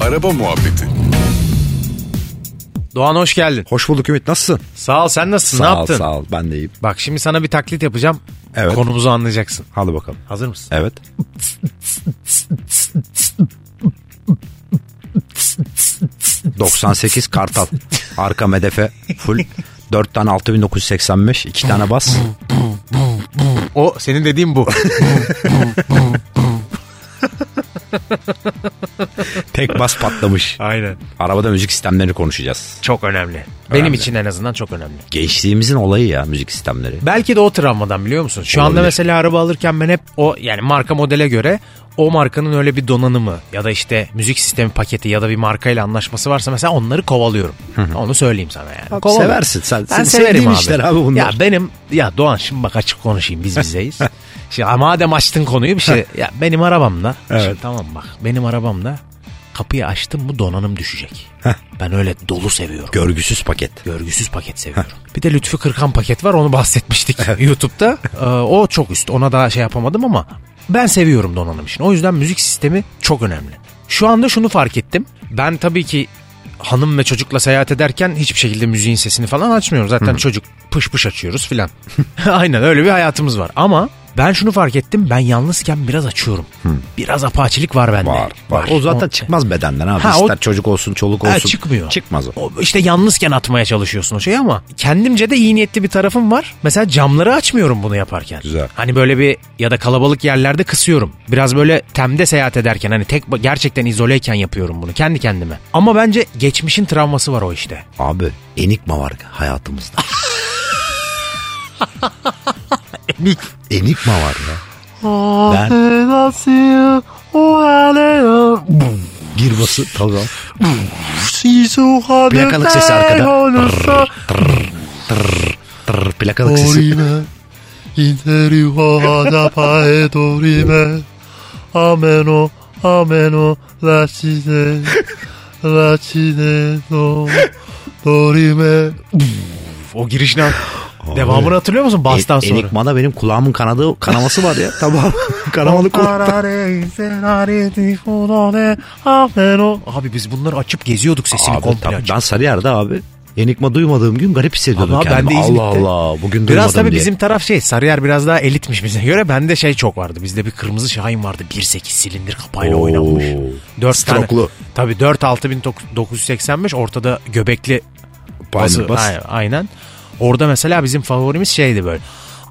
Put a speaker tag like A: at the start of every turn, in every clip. A: Araba muhabbeti.
B: Doğan hoş geldin.
C: Hoş bulduk Ümit nasılsın?
B: Sağ ol sen nasılsın
C: sağ
B: ne yaptın?
C: ol sağ ol ben de iyiyim.
B: Bak şimdi sana bir taklit yapacağım.
C: Evet.
B: Konumuzu anlayacaksın.
C: Hadi bakalım.
B: Hazır mısın?
C: Evet. ...98 Kartal... ...arka medefe full... ...4 tane 6985... ...2 tane bas...
B: O senin dediğin bu.
C: ...tek bas patlamış...
B: Aynen.
C: ...arabada müzik sistemlerini konuşacağız...
B: Çok önemli. Benim
C: Önemli.
B: için en azından çok önemli.
C: ...gençliğimizin olayı ya müzik sistemleri...
B: Belki de o travmadan biliyor musun? Şu anda
C: Olabilir.
B: mesela araba alırken ben hep o yani marka modele göre o markanın öyle bir donanımı ya da işte müzik sistemi paketi ya da bir markayla anlaşması varsa mesela onları kovalıyorum. Onu söyleyeyim sana yani.
C: Abi
B: Kovalarım.
C: seversin sen.
B: Ben
C: Senin
B: severim
C: sevdiğin
B: abi.
C: işler abi bunlar.
B: Ya benim ya Doğan şimdi bak açık konuşayım biz bizeyiz. şimdi madem açtın konuyu bir şey ya benim arabamda şimdi tamam bak benim arabamda kapıyı açtım mı donanım düşecek. ben öyle dolu seviyorum.
C: Görgüsüz paket...
B: Görgüsüz paket seviyorum. bir de Lütfü Kırkan paket var onu bahsetmiştik YouTube'da. Ee, o çok üst ona daha şey yapamadım ama ben seviyorum donanım için. O yüzden müzik sistemi çok önemli. Şu anda şunu fark ettim. Ben tabii ki hanım ve çocukla seyahat ederken hiçbir şekilde müziğin sesini falan açmıyorum. Zaten çocuk pış pış açıyoruz filan. Aynen öyle bir hayatımız var ama ben şunu fark ettim ben yalnızken biraz açıyorum. Biraz apaçilik var bende.
C: Var, var. O zaten çıkmaz bedenden abi.
B: Ha, o-
C: İster çocuk olsun, çoluk olsun.
B: Ha, çıkmıyor.
C: Çıkmaz o.
B: O işte yalnızken atmaya çalışıyorsun o şeyi ama kendimce de iyi niyetli bir tarafım var. Mesela camları açmıyorum bunu yaparken.
C: Güzel.
B: Hani böyle bir ya da kalabalık yerlerde kısıyorum. Biraz böyle temde seyahat ederken hani tek gerçekten izoleyken yapıyorum bunu kendi kendime. Ama bence geçmişin travması var o işte.
C: Abi enigma var hayatımızda. Enik. Enigma var ya.
B: Ah.
C: Ben gir bası tamam. Plakalık sesi arkada. Tırr, tırr, tırr, tırr, plakalık sesi. E,
D: Dorime, interior hada pae dorime, ameno, ameno, lacide, lacide do, dorime.
B: Uf, O girişin al- devamını hatırlıyor musun bastan
C: E-
B: sonra?
C: Enigma'da benim kulağımın kanadı kanaması var ya. Tamam. Kanamalı kulak.
D: Parare, serare, difudone, ameno.
B: Abi biz bunları açıp geziyorduk sesini
C: Abi,
B: komple
C: tabii,
B: açıp.
C: ben Sarıyer'de abi. Enigma duymadığım gün garip hissediyordum
B: Ama ben
C: kendimi.
B: de İzmit'te.
C: Allah Allah bugün
B: Biraz
C: duymadım
B: tabii
C: diye.
B: bizim taraf şey Sarıyer biraz daha elitmiş bize göre. Bende şey çok vardı. Bizde bir kırmızı Şahin vardı. 1.8 silindir kapağıyla
C: Oo.
B: oynanmış. 4 tane.
C: Stroklu.
B: Tabii 4 6985 ortada göbekli bası.
C: bas.
B: Ay- Aynen. Orada mesela bizim favorimiz şeydi böyle.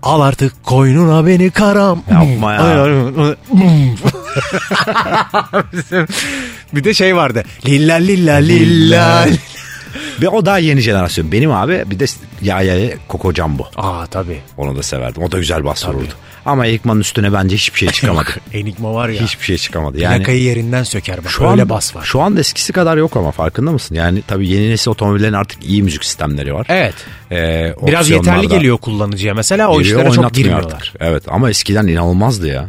B: Al artık koynuna beni karam.
C: Yapma ya.
B: Ay, ay, ay. Bizim- bir de şey vardı. Lilla lilla lilla.
C: Ve o daha yeni jenerasyon. Benim abi bir de ya ya ya Koko Jumbo.
B: Aa tabii.
C: Onu da severdim. O da güzel bas vururdu. Ama Enigma'nın üstüne bence hiçbir şey çıkamadı.
B: Enigma var ya.
C: hiçbir şey çıkamadı. Yani
B: Plakayı yerinden söker bak.
C: şu
B: Öyle
C: an,
B: bas var.
C: Şu an eskisi kadar yok ama farkında mısın? Yani tabii yeni nesil otomobillerin artık iyi müzik sistemleri var.
B: Evet.
C: Ee,
B: Biraz
C: opsiyonlar
B: yeterli
C: da
B: geliyor kullanıcıya mesela o
C: geliyor,
B: işlere çok
C: oynatmıyor
B: girmiyorlar.
C: artık. Evet ama eskiden inanılmazdı ya.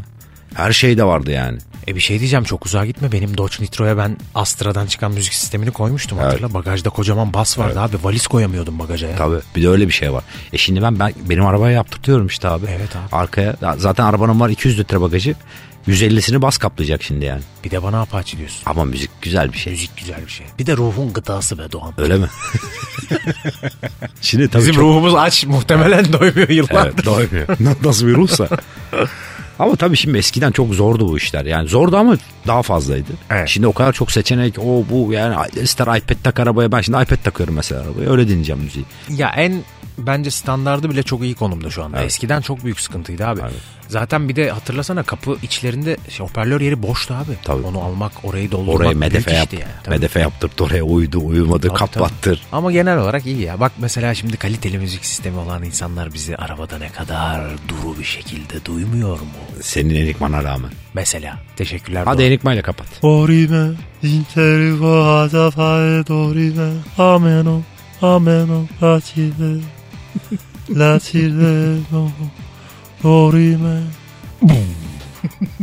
C: Her şey de vardı yani.
B: E bir şey diyeceğim çok uzağa gitme benim Dodge Nitro'ya ben Astra'dan çıkan müzik sistemini koymuştum hatırla. Bagajda kocaman bas vardı abi valiz koyamıyordum bagaja ya.
C: Tabii bir de öyle bir şey var. E şimdi ben, ben benim arabaya yaptırtıyorum işte abi.
B: Evet abi.
C: Arkaya zaten arabanın var 200 litre bagajı. 150'sini bas kaplayacak şimdi yani.
B: Bir de bana apaçı diyorsun.
C: Ama müzik güzel bir şey.
B: Müzik güzel bir şey. Bir de ruhun gıdası be Doğan.
C: Öyle mi? Şimdi tabii
B: Bizim
C: çok...
B: ruhumuz aç muhtemelen doymuyor yıllardır.
C: Evet, doymuyor. Nasıl bir ruhsa. Ama tabii şimdi eskiden çok zordu bu işler. Yani zordu ama daha fazlaydı.
B: Evet.
C: Şimdi o kadar çok seçenek o bu yani ister iPad tak arabaya ben şimdi iPad takıyorum mesela arabaya öyle dinleyeceğim müziği.
B: Ya en bence standardı bile çok iyi konumda şu anda.
C: Evet.
B: Eskiden çok büyük sıkıntıydı abi. Zaten bir de hatırlasana kapı içlerinde şey, hoparlör yeri boştu abi.
C: Tabii.
B: Onu almak orayı doldurmak
C: Oraya
B: büyük
C: medefe yap.
B: işti yani. Tabii.
C: Medefe yaptırt oraya uyudu uyumadı
B: Tabii, tabii.
C: kapattır.
B: Ama genel olarak iyi ya. Bak mesela şimdi kaliteli müzik sistemi olan insanlar bizi arabada ne kadar duru bir şekilde duymuyor mu?
C: Senin enigmana rağmen.
B: Mesela. Teşekkürler.
C: Hadi
B: Doğan.
C: enigmayla kapat.
D: Dorime, interior hada pae dorime, ameno, ameno, lacide, lacide do, dorime.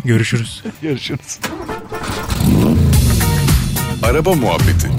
B: Görüşürüz.
A: Araba muhabbeti.